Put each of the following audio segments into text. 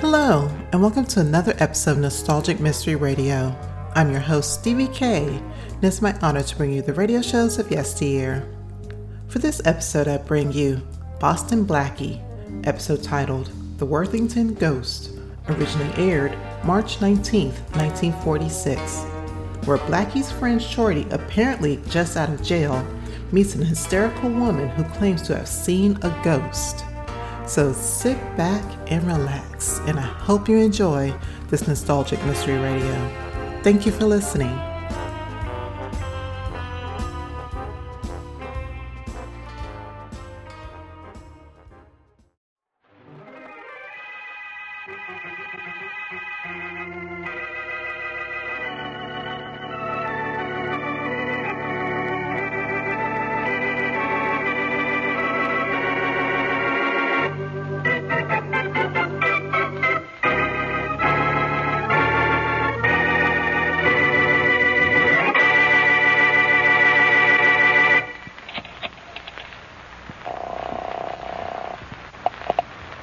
Hello, and welcome to another episode of Nostalgic Mystery Radio. I'm your host, Stevie K, and it's my honor to bring you the radio shows of yesteryear. For this episode, I bring you Boston Blackie, episode titled The Worthington Ghost, originally aired March 19, 1946, where Blackie's friend Shorty, apparently just out of jail, meets an hysterical woman who claims to have seen a ghost. So sit back and relax, and I hope you enjoy this nostalgic mystery radio. Thank you for listening.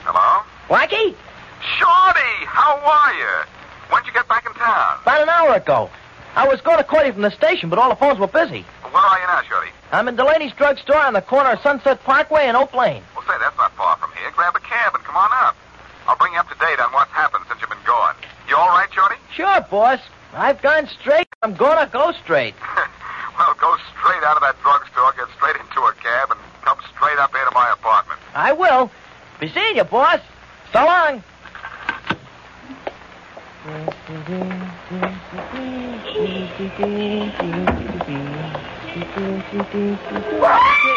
Hello? Blackie? Shorty, how are you? When'd you get back in town? About an hour ago. I was going to call you from the station, but all the phones were busy. Where are you now, Shorty? I'm in Delaney's drugstore on the corner of Sunset Parkway and Oak Lane. Well, say, that's not far from here. Grab a cab and come on up. I'll bring you up to date on what's happened since you've been gone. You all right, Shorty? Sure, boss. I've gone straight. I'm going to go straight. well, go straight out of that drugstore, get straight into a cab, and come straight up here to my apartment. I will. Be seeing you, boss. So long. Help me!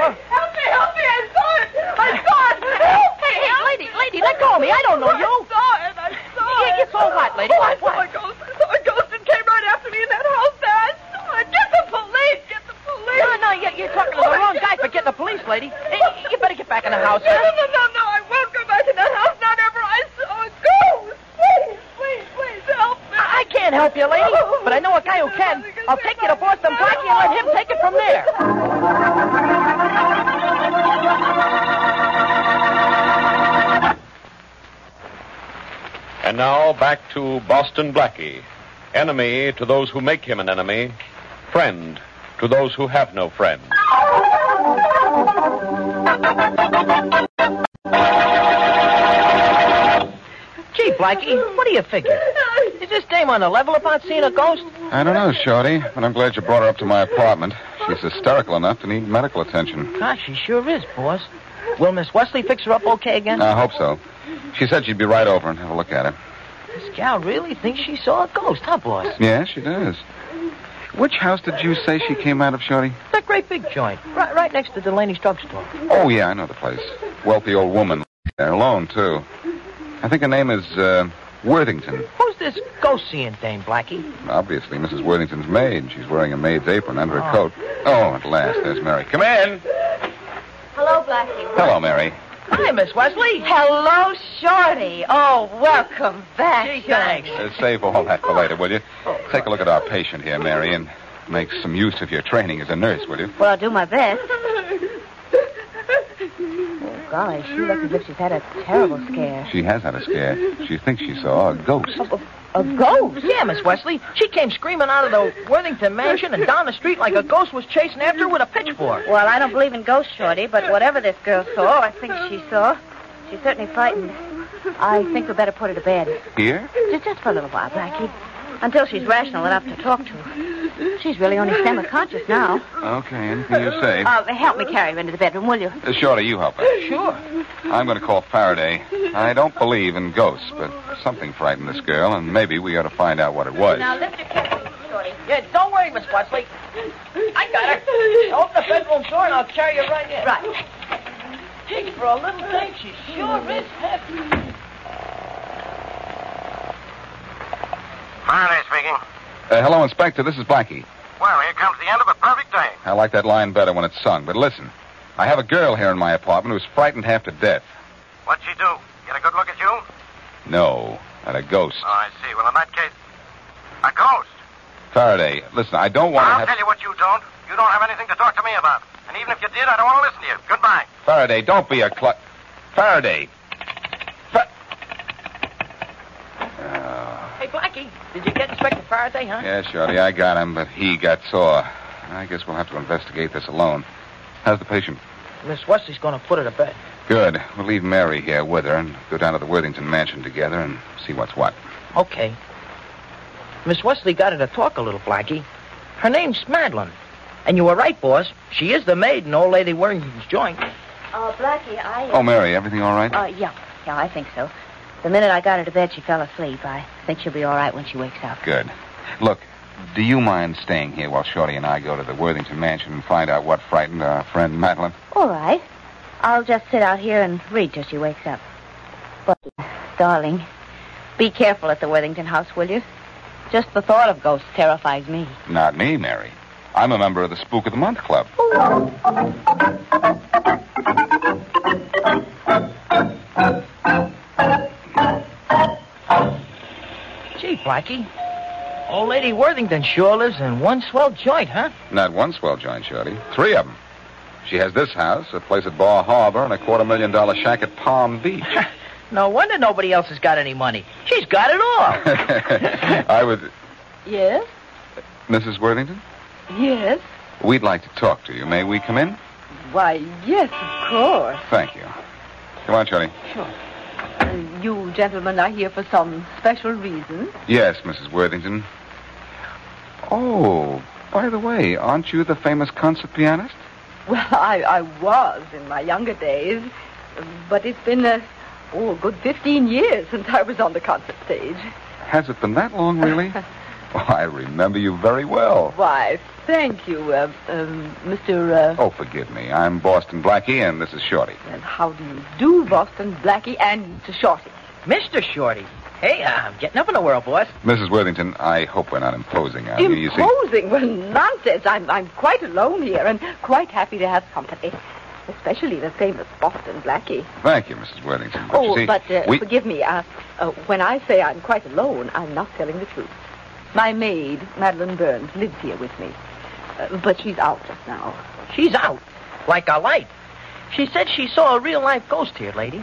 Help me! Help me! I saw it! I saw it! Help me! Hey, lady, lady, let go of me. I don't know you. I saw it! I saw You- it! you saw what, lady? Oh, I saw What? a ghost. I saw a ghost. It came right after me in that house there. I saw it. Get the police! Get the police! No, no, you- you're talking to the Oh, I wrong get guy for getting the police, lady. Hey, You better get back in the house. No, no, no, no, no. I won't go back in that house. Not ever. I saw a ghost. Please, please, please help me. I can't help you, lady, but I know a guy who can. I'll take you to Boston Blackie and let him take it from there. And now back to Boston Blackie. Enemy to those who make him an enemy, friend to those who have no friend. Gee, Blackie, what do you figure? Is this dame on the level about seeing a ghost? I don't know, Shorty, but I'm glad you brought her up to my apartment. She's hysterical enough to need medical attention. Gosh, she sure is, boss. Will Miss Wesley fix her up okay again? I hope so. She said she'd be right over and have a look at her. This gal really thinks she saw a ghost, huh, boss? Yeah, she does. Which house did you say she came out of, Shorty? That great big joint, right, right next to Delaney's drugstore. Oh, yeah, I know the place. Wealthy old woman. There, alone, too. I think her name is uh, Worthington. Who's this ghost-seeing dame, Blackie? Obviously, Mrs. Worthington's maid. She's wearing a maid's apron under her coat. Oh, at last, there's Mary. Come in. Hello, Blackie. Hello, Mary. Hi, Miss Wesley. Hello, Shorty. Oh, welcome back. Gee, thanks. Shorty. Uh, save all that for later, will you? Take a look at our patient here, Mary, and make some use of your training as a nurse, will you? Well, I'll do my best. Oh, golly, she looks as if she's had a terrible scare. She has had a scare. She thinks she saw a ghost. A ghost? Yeah, Miss Wesley. She came screaming out of the Worthington mansion and down the street like a ghost was chasing after her with a pitchfork. Well, I don't believe in ghosts, Shorty, but whatever this girl saw, I think she saw. She's certainly frightened. I think we better put her to bed. Here? Just, just for a little while, Blackie. Until she's rational enough to talk to her. She's really only semi-conscious now. Okay, anything you say. Uh, help me carry her into the bedroom, will you? Uh, Shorty, you help her. Sure. I'm going to call Faraday. I don't believe in ghosts, but something frightened this girl, and maybe we ought to find out what it was. lift your cat, Shorty. Yeah, don't worry, Miss Wesley. I got her. Open the bedroom door and I'll carry her right in. Right. Gee, for a little thing, she sure is heavy. Faraday speaking. Uh, hello, Inspector. This is Blackie. Well, here comes the end of a perfect day. I like that line better when it's sung, but listen. I have a girl here in my apartment who's frightened half to death. What'd she do? Get a good look at you? Oh, No, at a ghost. I see. Well, in that case, a ghost. Faraday, listen, I don't want to I'll have... tell you what you don't. You don't have anything to talk to me about. And even if you did, I don't want to listen to you. Goodbye. Faraday, don't be a cluck. Faraday. Fa- Uh, Faraday, huh? Yeah, Shorty, I got him, but he got sore. I guess we'll have to investigate this alone. How's the patient? Miss Wesley's going to put her to bed. Good. We'll leave Mary here with her and go down to the Worthington mansion together and see what's what. Okay. Miss Wesley got her to talk a little, Blackie. Her name's Madeline. And you were right, boss. She is the maid in old lady Worthington's joint. Uh, Blackie, I. Oh, Mary, everything all right? Uh, yeah. Yeah, I think so. The minute I got her to bed, she fell asleep. I think she'll be all right when she wakes up. Good. Look, do you mind staying here while Shorty and I go to the Worthington mansion and find out what frightened our friend Madeline? All right. I'll just sit out here and read till she wakes up. But, darling, be careful at the Worthington house, will you? Just the thought of ghosts terrifies me. Not me, Mary. I'm a member of the Spook of the Month Club. Gee, Blackie. Old lady Worthington sure lives in one swell joint, huh? Not one swell joint, Shorty. Three of them. She has this house, a place at Bar Harbor, and a quarter million dollar shack at Palm Beach. No wonder nobody else has got any money. She's got it all. I would. Yes? Mrs. Worthington? Yes. We'd like to talk to you. May we come in? Why, yes, of course. Thank you. Come on, Shorty. Uh, you gentlemen are here for some special reason. Yes, Mrs. Worthington. Oh, by the way, aren't you the famous concert pianist? Well, I, I was in my younger days, but it's been a oh, a good 15 years since I was on the concert stage. Has it been that long, really? Well, I remember you very well. Why, thank you, uh, um, Mr. Uh, Oh, forgive me. I'm Boston Blackie, and this is Shorty. and how do you do, Boston Blackie and to Shorty? Mr. Shorty. Hey, uh, I'm getting up in the world, boss. Mrs. Worthington, I hope we're not imposing on you. You see, Imposing? Well, nonsense. I'm, I'm quite alone here and quite happy to have company, especially the famous Boston Blackie. thank you, Mrs. Worthington. But you Oh, see, but uh, we... forgive me. Uh, uh, when I say I'm quite alone, I'm not telling the truth. My maid, Madeline Burns, lives here with me. Uh, but she's out just now. She's out. Like a light. She said she saw a real life ghost here, lady.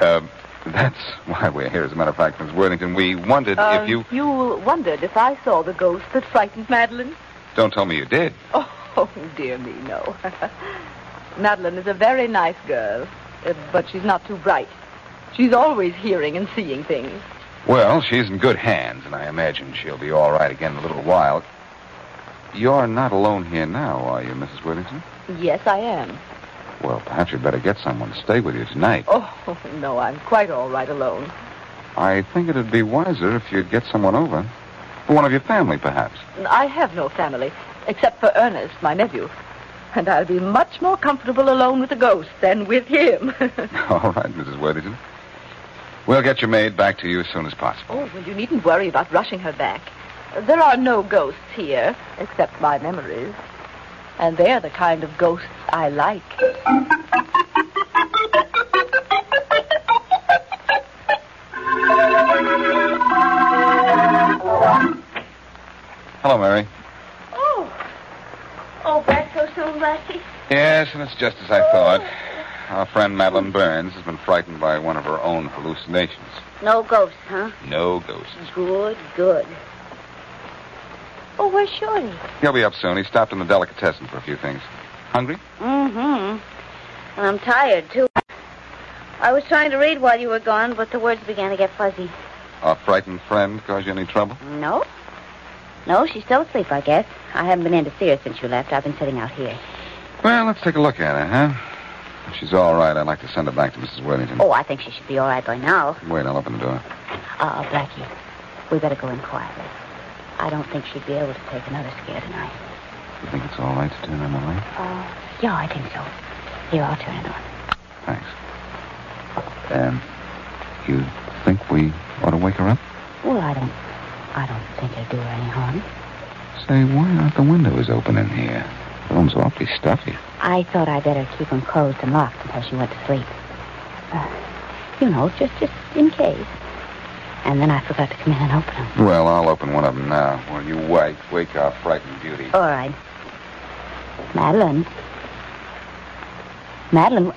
Um, that's why we're here. As a matter of fact, Mrs. Worthington, we wondered Uh, if you wondered if I saw the ghost that frightened Madeline? don't tell me you did. Oh, dear me, no. Madeline is a very nice girl, uh, but she's not too bright. She's always hearing and seeing things. Well, she's in good hands, and I imagine she'll be all right again in a little while. You're not alone here now, are you, Mrs. Worthington? Yes, I am. Well, perhaps you'd better get someone to stay with you tonight. Oh, no, I'm quite all right alone. I think it'd be wiser if you'd get someone over. One of your family, perhaps. I have no family, except for Ernest, my nephew. And I'll be much more comfortable alone with the ghost than with him. All right, Mrs. Worthington. We'll get your maid back to you as soon as possible. oh, well, you needn't worry about rushing her back. There are no ghosts here, except my memories. And they're the kind of ghosts I like. Hello, Mary. Oh. Oh, back so Oh. soon, Blackie? Yes, and it's just as I thought. Our friend Madeline Burns has been frightened by one of her own hallucinations. No ghosts, huh? No ghosts. Good, good. Oh, where's Shorty? He'll be up soon. He stopped in the delicatessen for a few things. Hungry? Mm-hmm. And I'm tired, too. I was trying to read while you were gone, but the words began to get fuzzy. Our frightened friend cause you any trouble? No? No, she's still asleep, I guess. I haven't been in to see her since you left. I've been sitting out here. Well, let's take a look at her, huh? If she's all right, I'd like to send her back to Mrs. Worthington. Oh, I think she should be all right by now. Wait, I'll open the door. Uh, Blackie, we better go in quietly. I don't think she'd be able to take another scare tonight. You think it's all right to turn on the light? Uh, yeah, I think so. Here, I'll turn it on. Thanks. Um, you think we ought to wake her up? Well, I don't, I don't think it'll do her any harm. Say, why aren't the windows open in here? The room's awfully stuffy. I thought I better keep 'em closed and locked until she went to sleep. Uh, you know, just just in case. And then I forgot to come in and open 'em. Well, I'll open one of them now. While you wake, wake our frightened beauty. All right. Madeline. Madeline,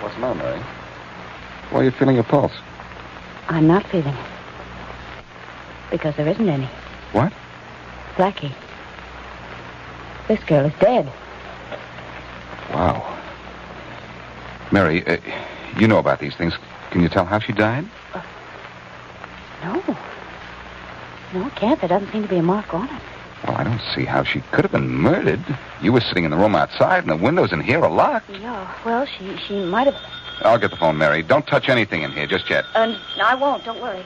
What's the matter, Mary? Why are you feeling your pulse? I'm not feeling it. Because there isn't any. What? Blackie. This girl is dead. Wow. Mary, uh, you know about these things. Can you tell how she died? No. No, it can't. There doesn't seem to be a mark on it. Well, I don't see how she could have been murdered. You were sitting in the room outside, and the windows in here are locked. No. Well, she she might have. I'll get the phone, Mary. Don't touch anything in here just yet. And I won't. oh, Don't worry.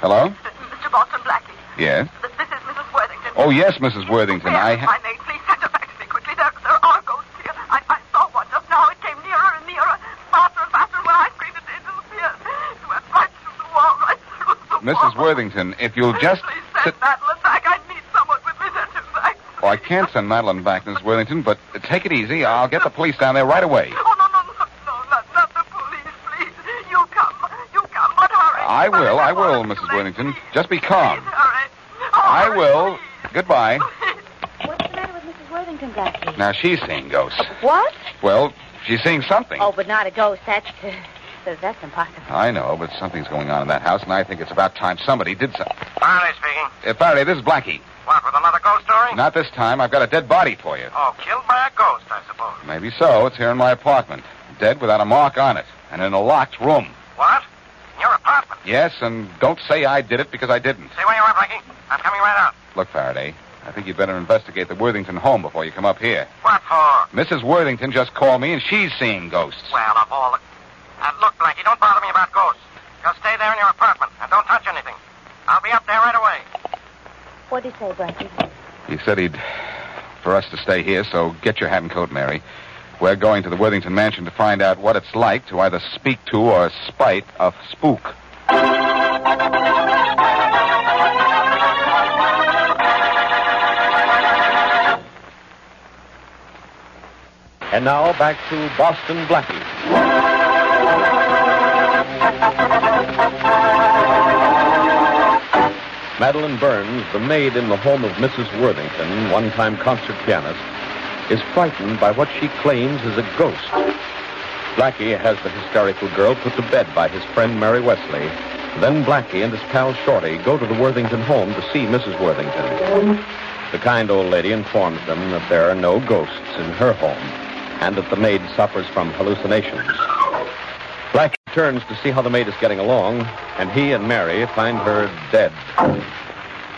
Hello? Mr. Boston Blackie, Yes? this this is Mrs. Worthington. Oh, yes, Mrs. Worthington. Where I is ha- my maid? Please send her back to me quickly. There, there are ghosts here. I, I saw one just now. It came nearer and nearer, faster and faster. When I screamed, it disappeared. It went right through the wall, right through the wall. Mrs. Worthington, if you'll just. Please send sit- Madeline back. I need someone with me. Send her back. Oh, I can't send Madeline back, Mrs. Worthington, but take it easy. I'll get the police down there right away. Oh, no, no, no, no, not, not the police, please. You come. You come, but hurry. I will, I will, Hurry, Mrs. please, Worthington. please. Just be calm. Please hurry. Oh, I hurry, will. Goodbye. please. What's the matter with Mrs. Worthington, Blackie? Now, she's seeing ghosts. What? Well, she's seeing something. Oh, but not a ghost. That's uh, that's impossible. I know, but something's going on in that house, and I think it's about time somebody did something. Faraday speaking. Uh, Faraday, this is Blackie. What, with another ghost story? Not this time. I've got a dead body for you. Oh, killed by a ghost, I suppose. Maybe so. It's here in my apartment. Dead without a mark on it, and in a locked room. What? In your apartment? Yes, and don't say I did it because I didn't. Say where you are, Blackie. I'm coming right out. Look, Faraday, I think you'd better investigate the Worthington home before you come up here. What for? Mrs. Worthington just called me, and she's seeing ghosts. Well, of all the... Uh, look, Blackie, don't bother me about ghosts. Just stay there in your apartment and don't touch anything. I'll be up there right away. What do you say, Blackie? He said he'd for us to stay here, so get your hat and coat, Mary. We're going to the Worthington mansion to find out what it's like to either speak to or spite a spook. And now back to Boston Blackie. Madeline Burns, the maid in the home of Mrs. Worthington, one time concert pianist, is frightened by what she claims is a ghost. Blackie has the hysterical girl put to bed by his friend Mary Wesley. Then Blackie and his pal Shorty go to the Worthington home to see Mrs. Worthington. The kind old lady informs them that there are no ghosts in her home and that the maid suffers from hallucinations. Blackie turns to see how the maid is getting along, and he and Mary find her dead.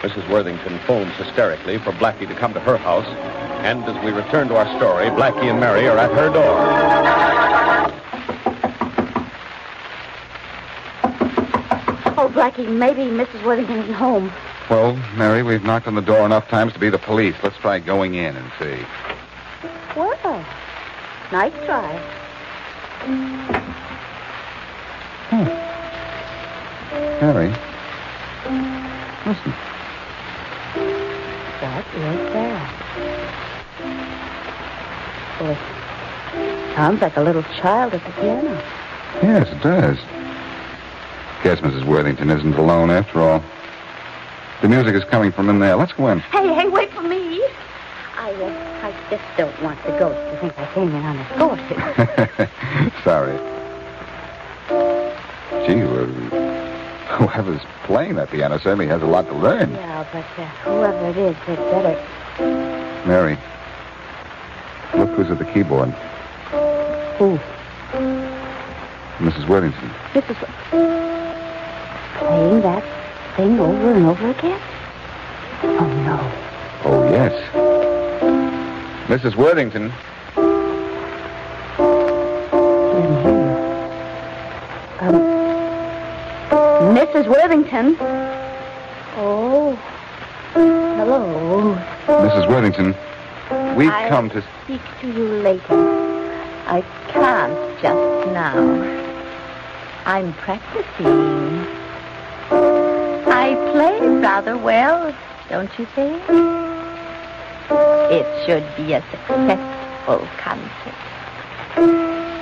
Mrs. Worthington phones hysterically for Blackie to come to her house, and as we return to our story, Blackie and Mary are at her door. Oh, Blackie, maybe Mrs. Worthington isn't home. Well, Mary, we've knocked on the door enough times to be the police. Let's try going in and see. Well, nice try. Mary, listen. That is there. Well, it sounds like a little child at the piano. Yes, it does. Guess Mrs. Worthington isn't alone after all. The music is coming from in there. Let's go in. Hey, hey, wait for me. I, uh, I just don't want the ghost to think I came in on a score. Sorry. Gee, well, whoever's playing that piano certainly has a lot to learn. yeah, but uh, whoever it is, they'd better. Mary, look who's at the keyboard. Who? Mrs. Worthington. This is playing that thing over and over again. Oh no! Oh, yes. Mrs. Worthington. She doesn't hear you. Um, Mrs. Um, Worthington. Oh, hello. Mrs. Worthington, we've I- come to. Speak to you later. I can't just now. I'm practicing. I play rather well, don't you think? It should be a successful concert.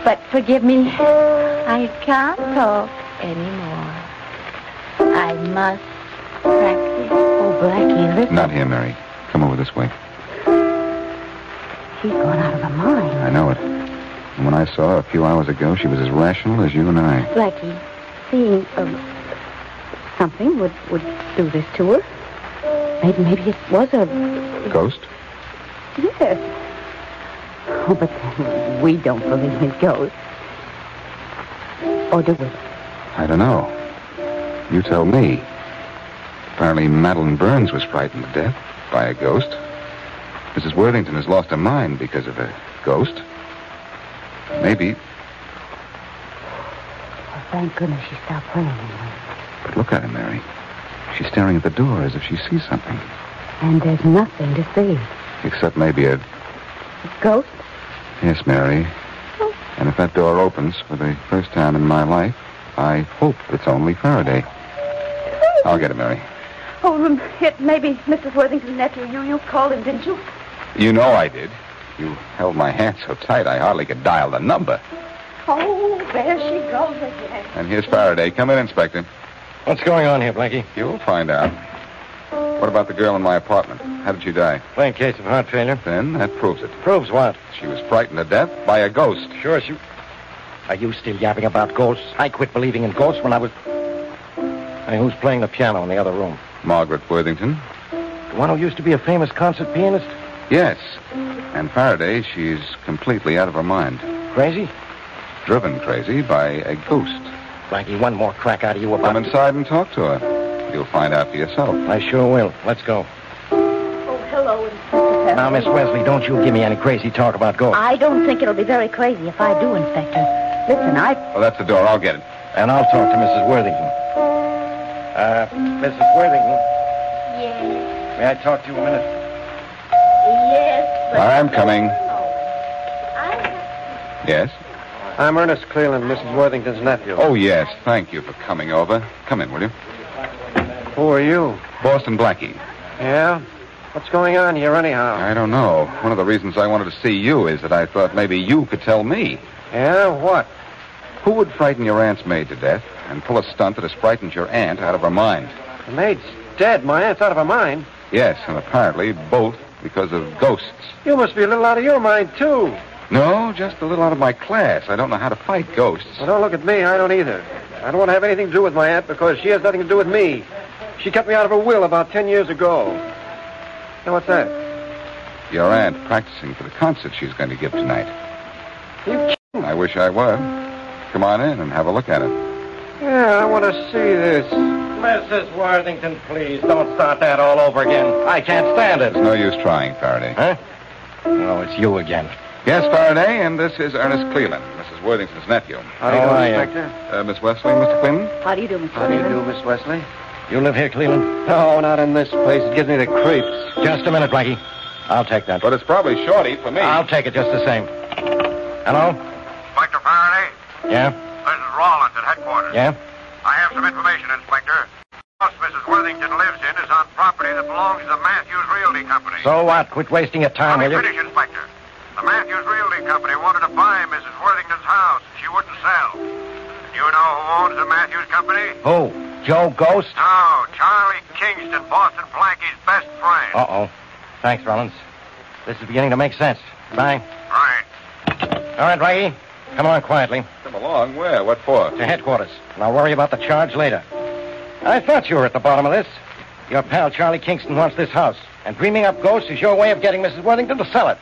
But forgive me, I can't talk anymore. I must practice. Oh, Blackie, listen. Not here, Mary. Come over this way. She's gone out of her mind. I know it. And when I saw her a few hours ago, she was as rational as you and I. Blackie, seeing um, something would, would do this to her. Maybe, maybe it was a Ghost? Yes. Oh, but then we don't believe in ghosts. Or do we? I don't know. You tell me. Apparently, Madeline Burns was frightened to death by a ghost. Mrs. Worthington has lost her mind because of a ghost. Maybe, Oh, thank goodness she stopped praying. but look at her, Mary. She's staring at the door as if she sees something, And there's nothing to see. except maybe a A ghost? Yes, Mary. And if that door opens for the first time in my life, I hope it's only Faraday. I'll get it, Mary. Oh, um, it may be Mrs. Worthington's nephew. You you called him, didn't you? You know I did. You held my hand so tight I hardly could dial the number. Oh, there she goes again. And here's Faraday. Come in, Inspector. What's going on here, Blackie? You'll find out. What about the girl in my apartment? How did she die? Plain case of heart failure. Then that proves it. Proves what? She was frightened to death by a ghost. Sure, she. Are you still yapping about ghosts? I quit believing in ghosts when I was. Hey, who's playing the piano in the other room? Margaret Worthington? The one who used to be a famous concert pianist? Yes. And Faraday, she's completely out of her mind. Crazy? Driven crazy by a ghost. Blackie, one more crack out of you about. Come inside and talk to her. You'll find out for yourself. I sure will. Let's go. Oh, hello, Inspector. Pepper. Now, Miss Wesley, don't you give me any crazy talk about ghosts. I don't think it'll be very crazy if I do, Inspector. Listen, I. Well, that's the door. I'll get it. And I'll talk to Mrs. Worthington. Uh, Mrs. Worthington, Yes, may I talk to you a minute? yes. But I'm coming. I Yes? I'm Ernest Cleland, Mrs. Worthington's nephew. Oh, yes. Thank you for coming over. Come in, will you? Who are you? Boston Blackie. Yeah? What's going on here, anyhow? I don't know. One of the reasons I wanted to see you is that I thought maybe you could tell me. Yeah, what? Who would frighten your aunt's maid to death and pull a stunt that has frightened your aunt out of her mind? The maid's dead. My aunt's out of her mind. Yes, and apparently both because of ghosts. You must be a little out of your mind, too. No, just a little out of my class. I don't know how to fight ghosts. Well, don't look at me. I don't either. I don't want to have anything to do with my aunt because she has nothing to do with me. She kept me out of her will about ten years ago. Now, what's that? Your aunt practicing for the concert she's going to give tonight. You I wish I were. Come on in and have a look at it. Yeah, I want to see this. Mrs. Worthington, please, don't start that all over again. I can't stand it. There's no use trying, Faraday. Huh? Oh, it's you again. Yes, Faraday, and this is Ernest Cleland, Mrs. Worthington's nephew. How do you do, Inspector? Uh, Miss Wesley, Mr. Cleland? How do you do, Mr. How do you do, Miss Wesley? You live here, Cleland? No, not in this place. It gives me the creeps. Just a minute, Blackie. I'll take that. But it's probably Shorty for me. I'll take it just the same. Hello? Inspector Faraday, Yeah? this is Rollins at headquarters. Yeah? I have some information, Inspector. The house Mrs. Worthington lives in is on property that belongs to the Matthews Realty Company. So what? Quit wasting your time, Let will me you? finish, Inspector. The Matthews Realty Company wanted to buy Mrs. Worthington's house. She wouldn't sell. Do you know who owns the Matthews Company? Who? Joe Ghost? No, Charlie Kingston, Boston Blackie's best friend. Uh-oh. Thanks, Rollins. This is beginning to make sense. Bye. Right. All right, Blackie. Come on quietly. Come along. Where? What for? to headquarters, and I'll worry about the charge later. I thought you were at the bottom of this. Your pal Charlie Kingston wants this house, and dreaming up ghosts is your way of getting Mrs. Worthington to sell it.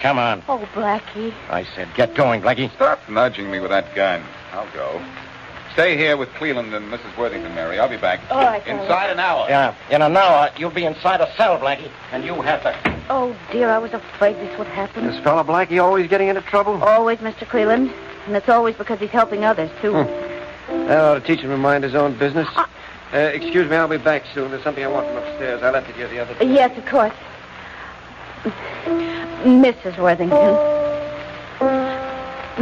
Come on. Oh, Blackie. I said, get going, Blackie. Stop nudging me with that gun. I'll go. Stay here with Cleland and Mrs. Worthington, Mary. I'll be back. All right, Charlie. Inside an hour. Yeah, in an hour, uh, you'll be inside a cell, Blackie, and you have to. Oh, dear, I was afraid this would happen. This fellow Blackie always getting into trouble? Always, Mr. Cleland. And it's always because he's helping others, too. That ought to teach him to mind his own business. Uh, excuse me, I'll be back soon. There's something I want from upstairs. I left it here the other Yes, of course. Mrs. Worthington.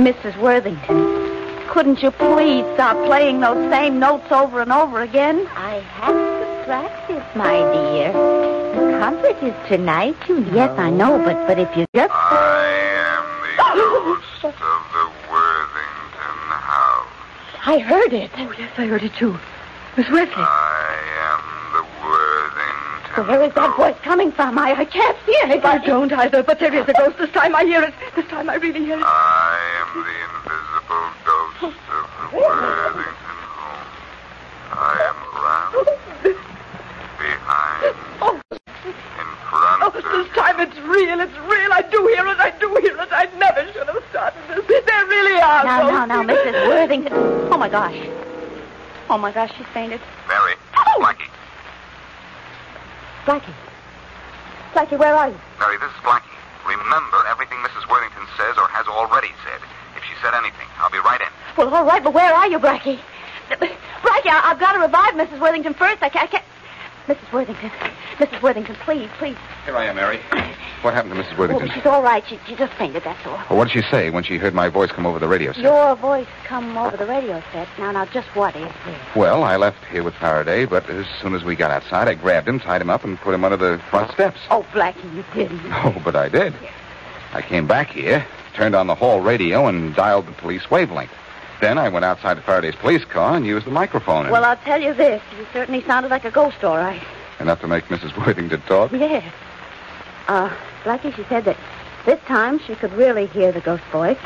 Mrs. Worthington. Couldn't you please stop playing those same notes over and over again? I have to practice, my dear. The concert is tonight, you know. Yes, I know, but but if you just I am the ghost of the Worthington house. I heard it. Oh, yes, I heard it too. Miss Wesley. I am the Worthington. Well, where is that voice coming from? I, I can't see I anybody. don't either, but there is a ghost. This time I hear it. This time I really hear it. I am the invisible ghost of the Worthington home. I am around Oh, I'll Now, go now, now, see- Mrs. Worthington. Oh, my gosh. Oh, my gosh, she's fainted. Mary. Blackie. Blackie. Blackie, where are you? Mary, this is Blackie. Remember everything Mrs. Worthington says or has already said. If she said anything, I'll be right in. Well, all right, but where are you, Blackie? Blackie, I- I've got to revive Mrs. Worthington first. I can't, I can't. Mrs. Worthington. Mrs. Worthington, please, please. Here I am, Mary. What happened to Mrs. Worthington? Oh, she's all right. She, she just fainted, that's all. Well, what did she say when she heard my voice come over the radio set? Your voice come over the radio set. Now, now, just what is this? Well, I left here with Faraday, but as soon as we got outside, I grabbed him, tied him up, and put him under the front steps. Oh, Blackie, you didn't. Oh, but I did. I came back here, turned on the hall radio, and dialed the police wavelength. Then I went outside to Faraday's police car and used the microphone. and- Well, I'll tell you this. You certainly sounded like a ghost, all right. Enough to make Mrs. Worthington talk. Yes. Uh, Blackie, she said that this time she could really hear the ghost voice,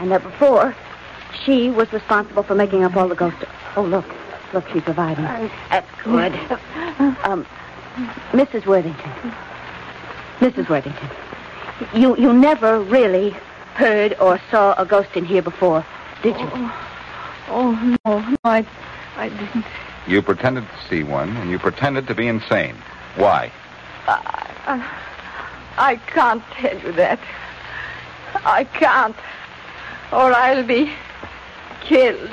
and that before she was responsible for making up all the ghost. Oh, look, look, she's reviving. That's good. Um, Mrs. Worthington, Mrs. Worthington, you you never really heard or saw a ghost in here before, did you? Oh, no, no, I, I didn't. You pretended to see one, and you pretended to be insane. Why? I, I can't tell you that. I can't. Or I'll be killed.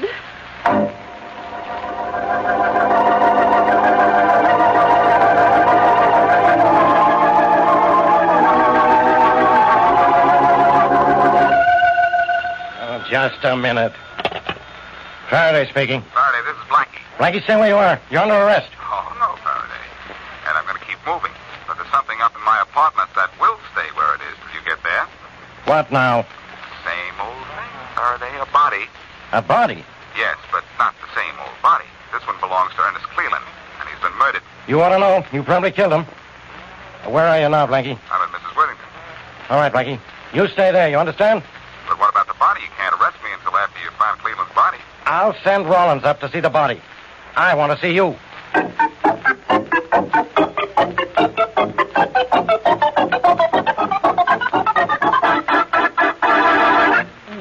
Oh, just a minute. Faraday speaking. Faraday, this is Blackie. Blackie, stay where you are. You're under arrest. Oh, no, Faraday. And I'm going to keep moving. But there's something up in my apartment that will stay where it is till you get there. What now? Same old thing, Faraday. A body. A body. Yes, but not the same old body. This one belongs to Ernest Cleland, and he's been murdered. You ought to know. You probably killed him. Where are you now, Blackie? I'm at Mrs. Worthington. All right, Blackie. You stay there. You understand? But what about the body? You can't arrest me until after you find Cleveland's body. I'll send Rollins up to see the body. I want to see you.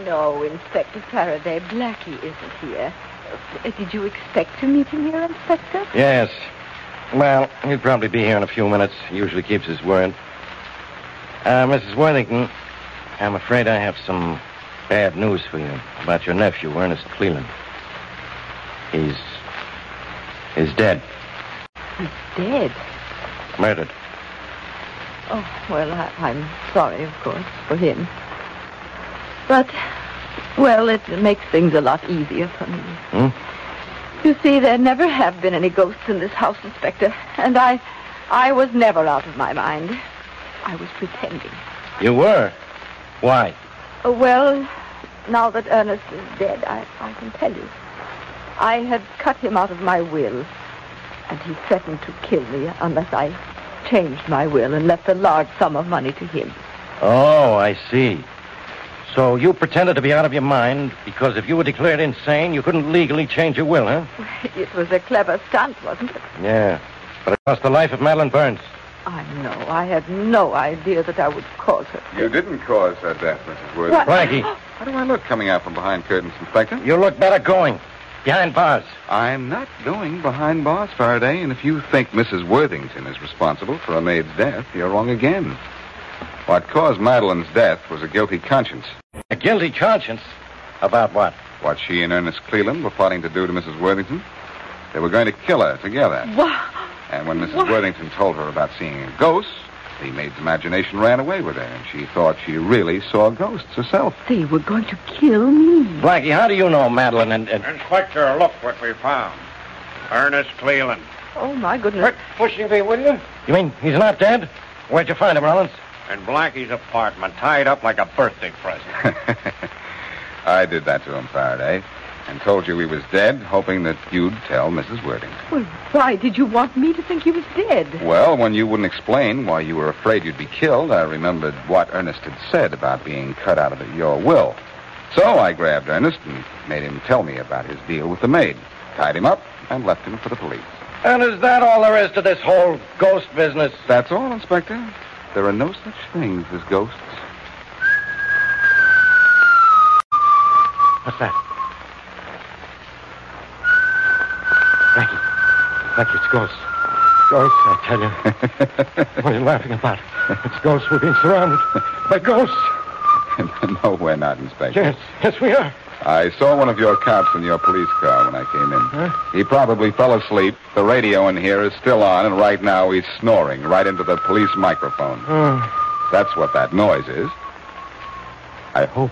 No, Inspector Faraday, Blackie isn't here. Uh, Did you expect to meet him here, Inspector? Yes. Well, he'll probably be here in a few minutes. He usually keeps his word. Uh, Mrs. Worthington, I'm afraid I have some bad news for you about your nephew, Ernest Cleland. He's. he's dead. He's dead. Murdered. Oh, well, I, I'm sorry, of course, for him. But, well, it makes things a lot easier for me. Hmm? You see, there never have been any ghosts in this house, Inspector, and I, I was never out of my mind. I was pretending. You were? Why? Uh, well, now that Ernest is dead, I, I can tell you. I had cut him out of my will, and he threatened to kill me unless I changed my will and left a large sum of money to him. Oh, I see. So you pretended to be out of your mind because if you were declared insane, you couldn't legally change your will, huh? It was a clever stunt, wasn't it? Yeah. But it cost the life of Madeline Burns. I know. I had no idea that I would cause her. You didn't cause her death, Mrs. Worthington. What? Blackie. How do I look coming out from behind curtains, Inspector? You look better going. Behind bars. I'm not going behind bars, Faraday, and if you think Mrs. Worthington is responsible for a maid's death, you're wrong again. What caused Madeline's death was a guilty conscience. A guilty conscience? About what? What she and Ernest Cleland were plotting to do to Mrs. Worthington. They were going to kill her together. Wha- And when Mrs. What? Worthington told her about seeing a ghost, the maid's imagination ran away with her, and she thought she really saw ghosts herself. They were going to kill me. Blackie, how do you know Madeline and. and... Inspector, look what we found. Ernest Cleland. Oh, my goodness. pushing me, will you? You mean he's not dead? Where'd you find him, Rollins? In Blackie's apartment, tied up like a birthday present. I did that to him, Faraday, and told you he was dead, hoping that you'd tell Mrs. Worthington. Well, why did you want me to think he was dead? Well, when you wouldn't explain why you were afraid you'd be killed, I remembered what Ernest had said about being cut out of your will. So I grabbed Ernest and made him tell me about his deal with the maid, tied him up, and left him for the police. And is that all there is to this whole ghost business? That's all, Inspector. There are no such things as ghosts. What's that? Blackie. Blackie, it's ghosts. Ghosts, I tell you. what are you laughing about? It's ghosts. We're being surrounded by ghosts. no, we're not, Inspector. Yes, yes, we are. I saw one of your cops in your police car when I came in. He probably fell asleep. The radio in here is still on, and right now he's snoring right into the police microphone. Oh. That's what that noise is. I hope.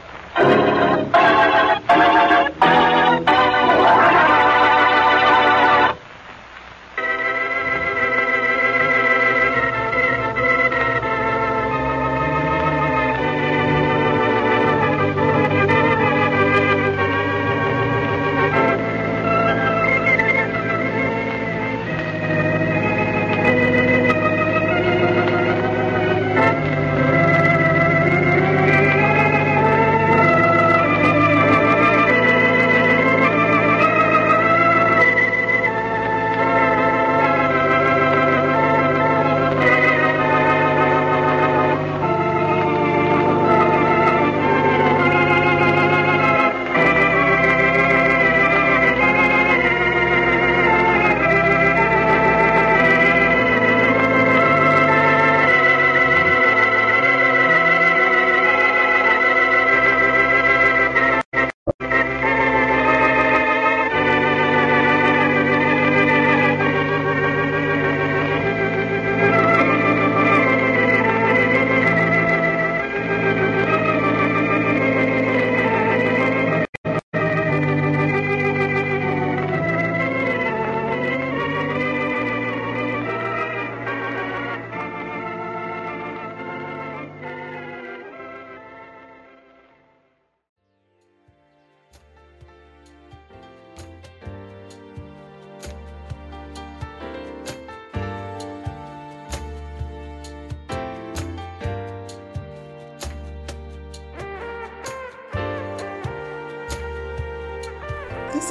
This